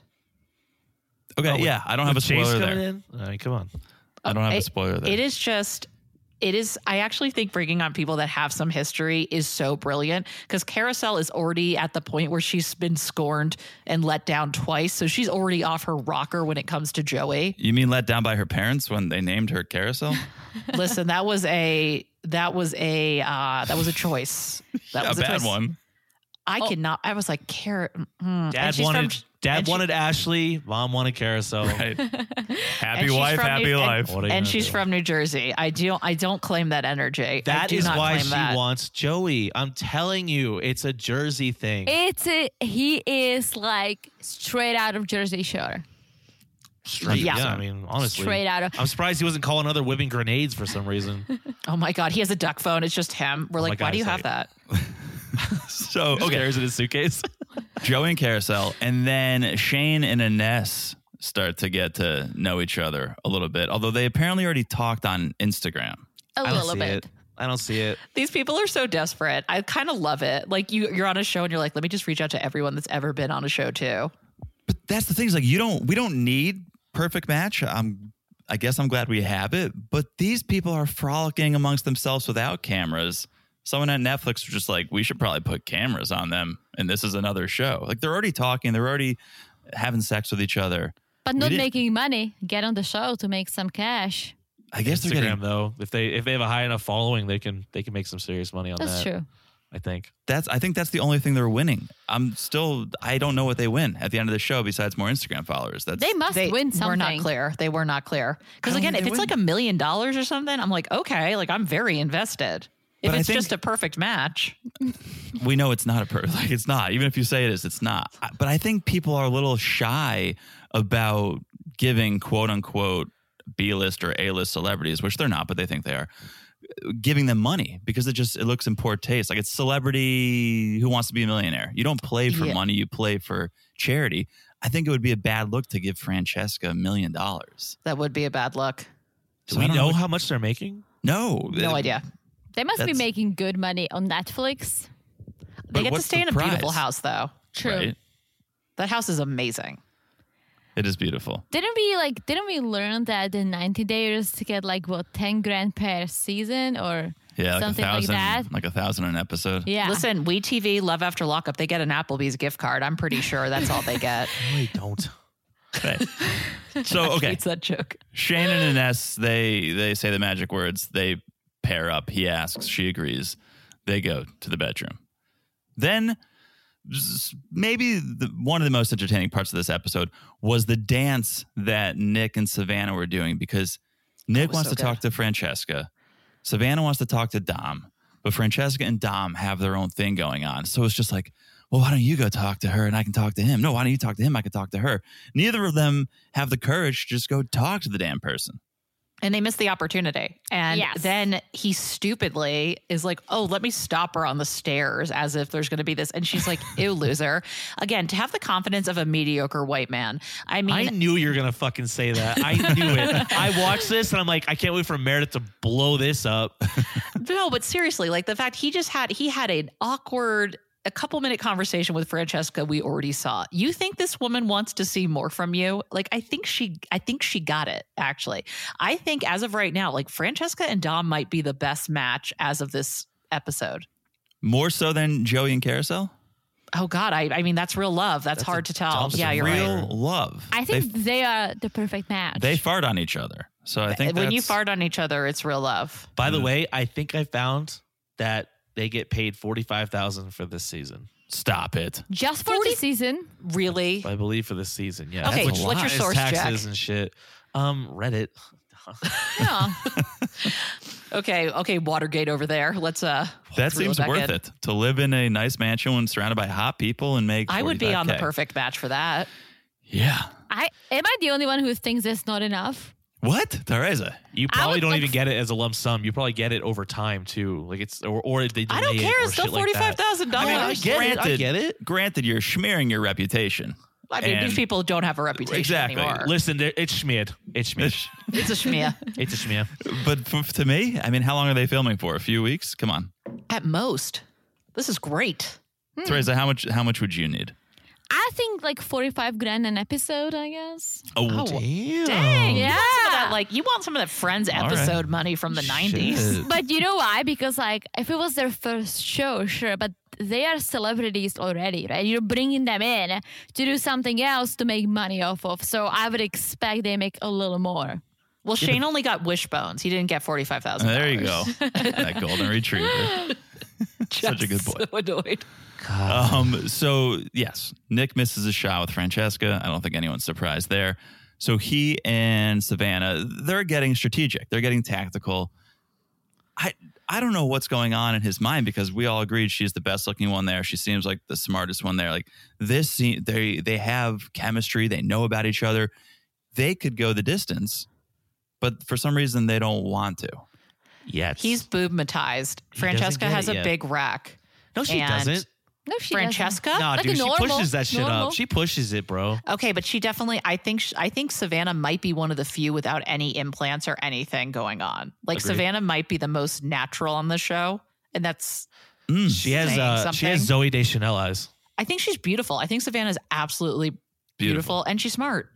S3: Uh,
S1: okay. yeah, I don't have a
S3: With Chase
S1: spoiler
S3: coming
S1: there.
S3: in? All right, come on.
S1: I don't have a
S2: It-
S1: spoiler there.
S2: It is just, it is, I actually think bringing on people that have some history is so brilliant because Carousel is already at the point where she's been scorned and let down twice. So she's already off her rocker when it comes to
S3: *laughs*
S2: Joey.
S1: You mean let down by her parents when they named her
S2: *laughs*
S1: Carousel?
S2: Listen, that was a, that was a, uh, that was a choice. That
S1: a
S2: was
S1: bad
S2: choice. *laughs*
S1: one.
S2: I
S4: Oh.
S2: cannot, I was like, Carrot.
S3: Dad wanted Dad
S2: and she-
S3: wanted Ashley. Mom wanted Carousel. *laughs*
S1: Right.
S2: And
S1: happy
S2: she's
S1: wife,
S2: from
S1: happy
S2: New- and-
S1: life.
S3: What are you
S2: and
S3: gonna
S2: she's
S3: do?
S2: from New Jersey. I do. I don't claim that energy. I
S3: That
S2: do
S3: is
S2: not
S3: why
S2: claim
S3: she
S2: that.
S3: wants Joey. I'm telling you, it's a Jersey thing.
S4: It's a, he is like straight out of Jersey Shore.
S3: Straight.
S2: Yeah.
S3: Yeah. I mean, honestly,
S4: Straight out of
S3: I'm surprised he wasn't calling other women grenades for some
S2: *laughs*
S3: reason.
S2: Oh my God, he has a duck phone. It's just him. We're
S3: Oh my
S2: like,
S3: God,
S2: why do you
S3: it's
S2: have
S3: like-
S2: that?
S1: So
S3: Okay.
S1: okay,
S3: Carries in his suitcase.
S1: *laughs* Joey and Carousel, and then Shane and Ines start to get to know each other a little bit. Although they apparently already talked on Instagram.
S4: a
S3: I don't
S4: little
S3: see
S4: bit.
S3: it. I don't see it.
S2: These people are so desperate. I kind of love it. Like you, you're on a show and you're like, let me just reach out to everyone that's ever been on a show too.
S1: But that's the thing is like you don't we don't need perfect match. I'm I guess I'm glad we have it, but these people are frolicking amongst themselves without cameras. Someone at Netflix was just like, we should probably put cameras on them, and this is another show. Like they're already talking, they're already having sex with each other.
S4: But
S1: We
S4: not
S1: didn't-
S4: making money. Get on the show to make some cash.
S1: I guess
S3: Instagram
S1: they're getting
S3: though, if they if they have a high enough following, they can they can make some serious money on
S4: That's
S3: that.
S4: true.
S3: I think.
S1: that's I think that's the only thing they're winning. I'm still I don't know what they win at the end of the show besides more Instagram followers. That's
S4: They must
S2: They
S4: win something.
S2: were not clear. They were not clear. Because
S1: I don't
S2: again, if
S1: think
S2: it's
S1: Oh, they
S2: like a
S1: win.
S2: million dollars or something, I'm like, okay, like I'm very invested. If
S1: But I
S2: it's
S1: think-
S2: just a perfect match,
S1: we know it's not a per *laughs* like it's not. Even if you say it is, it's not. I- But I think people are a little shy about giving quote unquote B list or A list celebrities, which they're not, but they think they are, giving them money because it just it looks in poor taste. Like it's celebrity who wants to be a millionaire. You don't play for
S2: Yeah.
S1: money, you play for charity. I think it would be a bad look to give Francesca a million dollars.
S2: that would be a bad look.
S3: Do
S1: So I
S3: we
S1: don't
S3: know
S1: know-
S3: how much they're making?
S1: No,
S2: No idea.
S4: They must be
S1: That's-
S4: making good money on Netflix.
S2: They
S1: But
S2: get to
S1: what's
S2: stay
S1: the
S2: in a beautiful
S1: prize?
S2: house though.
S4: True.
S1: Right?
S2: That house is amazing.
S1: It is beautiful.
S4: Didn't we like? Didn't we learn that the 90 days to get like what 10 grand per season or
S1: Yeah, like
S4: something
S1: a thousand,
S4: like that?
S1: a thousand an episode.
S4: Yeah.
S2: Listen,
S1: *laughs*
S2: We TV Love After Lockup, they get an Applebee's gift card. I'm pretty sure that's all they get.
S3: No, they don't.
S1: Right.
S2: *laughs*
S1: so Oh, okay,
S2: Hates that joke.
S1: Shannon and S, they they say the magic words. They pair up. He asks, she agrees. They go to the bedroom. Then s- maybe the, one of the most entertaining parts of this episode was the dance that Nick and Savannah were doing because Nick
S2: was
S1: wants
S2: so
S1: to talk to Francesca. Savannah wants to talk to Dom, but Francesca and Dom have their own thing going on. So it's just like, well, why don't you go talk to her and I can talk to him? No, why don't you talk to him? I can talk to her. Neither of them have the courage to just go talk to the damn person.
S2: And they missed the opportunity. And
S4: Yes.
S2: then he stupidly is like, oh, let me stop her on the stairs as if there's going to be this. And she's like, ew, loser. Again, to have the confidence of a mediocre white man. I mean,
S3: I knew you were gonna fucking say that. I knew
S2: *laughs*
S3: it. I watched this and I'm like, I can't wait for Meredith to blow this up.
S2: No, but seriously, like the fact he just had he had an awkward a couple minute conversation with Francesca we already saw. You think this woman wants to see more from you? Like I think she I think she got it actually. I think as of right now, like Francesca and Dom might be the best match as of this episode.
S1: More so than Joey and Carousel?
S2: Oh god, I I mean that's real love. That's,
S3: That's
S2: hard
S3: a
S2: to tell.
S3: Dom's
S2: Yeah, you're
S1: Real
S2: right.
S1: Oh, love.
S4: I think they, are the perfect match.
S1: they, they fart on each other. So I think
S2: uh, When you
S1: that's-
S2: fart on each other, it's real love.
S3: By the
S1: Mhm.
S3: way, I think I found that they get paid forty five thousand for this season.
S1: stop it.
S4: Just for
S2: 40
S4: the season.
S2: Really?
S3: I believe for this season. Yeah.
S2: Okay,
S3: That's a
S2: what's your
S3: lot. It's
S2: source, Jack?
S3: Taxes and shit. Um, Reddit.
S2: *laughs*
S4: Yeah.
S2: Okay, okay, Watergate over there. Let's uh
S1: That
S2: let's reel
S1: seems
S2: back
S1: worth
S2: in.
S1: it to live in a nice mansion when surrounded by hot people and make.
S2: I would be on the
S1: 45K.
S2: perfect match for that.
S1: Yeah.
S4: I am I the only one who thinks that's not enough?
S1: What Teresa?
S3: You
S4: I
S3: probably
S4: would
S3: don't
S4: like-
S3: even get it as a lump sum. You probably get it over time too. Like it's or or they delay
S2: I don't
S3: it
S2: care.
S3: or
S2: It's still
S3: shit like
S2: forty
S3: that.
S2: five thousand
S3: I mean,
S2: dollars.
S3: I get it. I
S1: Granted.
S3: get it.
S1: Granted, you're smearing your reputation.
S2: I mean,
S1: And-
S2: these people don't have a reputation
S1: Exactly.
S2: anymore.
S3: Listen, there- it's schmeared.
S1: *laughs*
S3: It's schmeared.
S2: It's a schmear.
S3: it's a schmear.
S1: but f- to me, I mean, how long are they filming for? A few weeks? Come on,
S2: At most. This is great.
S1: Teresa. How much? How much would you need?
S4: I think like forty five grand an episode, I guess.
S2: Oh,
S3: damn.
S2: Dang. You
S4: Yeah.
S2: want some of
S4: Ah!
S2: that, like, you want some of that Friends
S1: right.
S2: episode money from the 90s.
S3: Shit.
S4: But you know why? Because like if it was their first show, sure, but they are celebrities already, right? You're bringing them in to do something else to make money off of. So I would expect they make a little more.
S2: Well, Shane only got wishbones. He didn't get $45,000.
S1: There you
S2: *laughs*
S1: go. that golden retriever. Such a good boy.
S2: So annoyed.
S1: Um, so yes, Nick misses a shot with Francesca. I don't think anyone's surprised there. So he and Savannah, they're getting strategic. They're getting tactical. I I don't know what's going on in his mind because we all agreed she's the best looking one there. She seems like the smartest one there. Like this, se- they they have chemistry. They know about each other. They could go the distance, but for some reason they don't want to.
S3: Yes.
S2: He's boobmatized.
S3: He doesn't
S2: Francesca
S3: get
S2: has
S3: it
S2: a
S3: yet.
S2: big rack.
S3: no, she
S2: and-
S3: doesn't.
S4: No, she doesn't.
S2: Francesca?
S3: Nah,
S4: Like a
S3: dude, she
S4: normal-
S3: pushes that shit
S4: normal-
S3: up. She pushes it, bro.
S2: Okay, but she definitely. I think. sh- I think Savannah might be one of the few without any implants or anything going on. Like
S3: Agreed.
S2: Savannah might be the most natural on the show, and that's.
S1: Mm.
S3: She has
S2: Saying
S3: uh, she has
S2: something.
S3: Zoe Deschanel eyes.
S2: I think she's beautiful. I think Savannah's absolutely beautiful, and she's smart.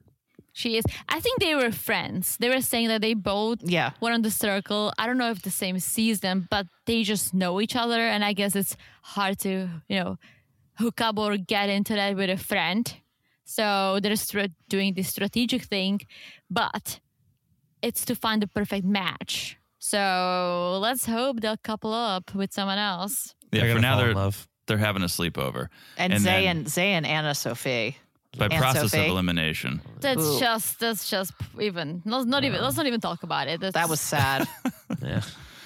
S4: She is. I think they were friends. They were saying that they both
S2: Yeah.
S4: were on the circle. I don't know if the same season, but they just know each other, and I guess it's hard to you know hook up or get into that with a friend. So they're stra- doing this strategic thing, but it's to find the perfect match. So let's hope they'll couple up with someone else.
S3: They're
S1: Yeah, for
S3: gonna
S1: now
S3: fall in
S1: they're
S3: love.
S1: they're having a sleepover
S2: And,
S1: And
S2: Zay
S1: then-
S2: and Zay and Anna Sophie.
S1: by
S2: And
S1: process
S2: Sophie.
S1: of elimination.
S4: That's
S2: Ooh.
S4: just that's just even let's not even let's not even talk about it. That's,
S2: That
S4: *laughs*
S2: was sad.
S3: *laughs* Yeah.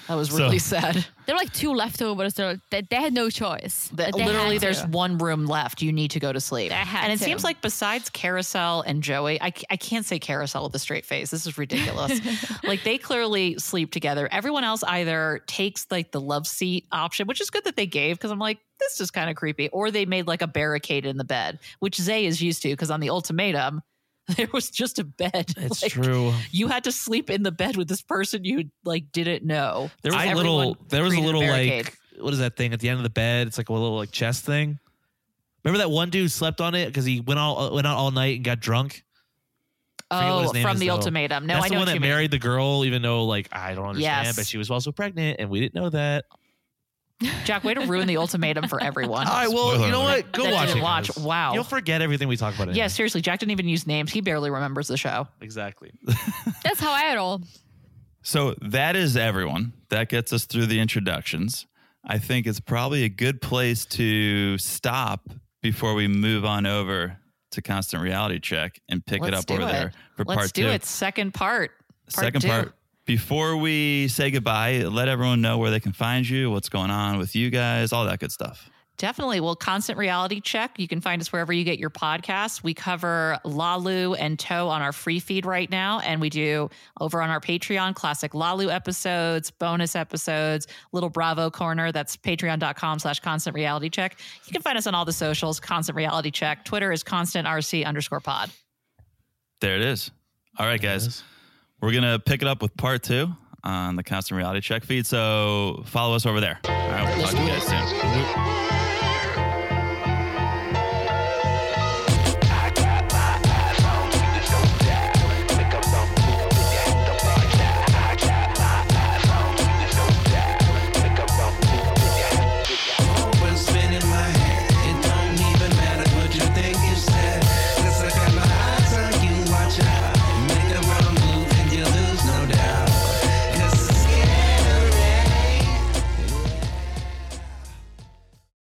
S2: that was
S1: So-
S2: really sad.
S4: They're like two leftovers. They're, they, they had no choice.
S2: That
S4: They
S2: literally,
S4: had
S2: there's
S4: to.
S2: one room left. You need to go to sleep.
S4: They had
S2: And it
S4: to.
S2: seems
S4: *laughs*
S2: like besides Carousel and Joey, I, c- I can't say Carousel with a straight face. This is
S4: *laughs*
S2: ridiculous. like they clearly sleep together. Everyone else either takes like the love seat option, which is good that they gave because I'm like, this is kind of creepy. Or they made like a barricade in the bed, which Zay is used to because on the ultimatum, *laughs* there was just a bed.
S3: It's
S2: Like,
S3: true.
S2: You had to sleep in the bed with this person you like didn't know.
S3: There was
S2: So
S3: a
S2: everyone
S3: little. There was a
S2: created
S3: little
S2: barricade.
S3: like what is that thing at the end of the bed? It's like a little like chest thing. Remember that one dude slept on it because he went all went out all night and got drunk. forget what
S2: oh
S3: his name
S2: from
S3: is,
S2: the
S3: though.
S2: ultimatum. No,
S3: That's
S2: I
S3: the
S2: know
S3: one
S2: what
S3: that
S2: you mean.
S3: married the girl, even though like I don't understand,
S2: Yes.
S3: but she was also pregnant and we didn't know that.
S2: Jack, way to ruin the ultimatum for
S3: *laughs*
S2: everyone.
S3: All right, well,
S1: Spoiler
S3: you know
S1: alert.
S3: what? Go
S2: That
S3: watch
S2: didn't
S3: it.
S2: watch.
S3: guys.
S2: Wow.
S3: You'll forget everything we talk about. Anyway.
S2: yeah, seriously, Jack didn't even use names. He barely remembers the show.
S3: exactly.
S4: That's how I roll.
S1: So that is everyone. That gets us through the introductions. I think it's probably a good place to stop before we move on over to Constant Reality Check and pick it
S2: Let's
S1: up
S2: do
S1: over
S2: it.
S1: there for
S2: Let's
S1: part
S2: do
S1: two.
S2: it. Second part. Part
S1: Second
S2: two.
S1: part. Before we say goodbye, let everyone know where they can find you, what's going on with you guys, all that good stuff.
S2: Definitely. Well, Constant Reality Check. You can find us wherever you get your podcasts. We cover Lalu and Toe on our free feed right now. And we do over on our Patreon classic Lalu episodes, bonus episodes, Little Bravo Corner. That's patreon.com slash constant reality check. You can find us on all the socials, Constant Reality Check. Twitter is constant RC underscore pod.
S1: There it is. All right,
S3: There it
S1: guys.
S3: is.
S1: We're going to pick it up with part two on the Constant Reality Check feed. So follow us over there. All right, we'll talk to you guys soon.
S5: Thank you.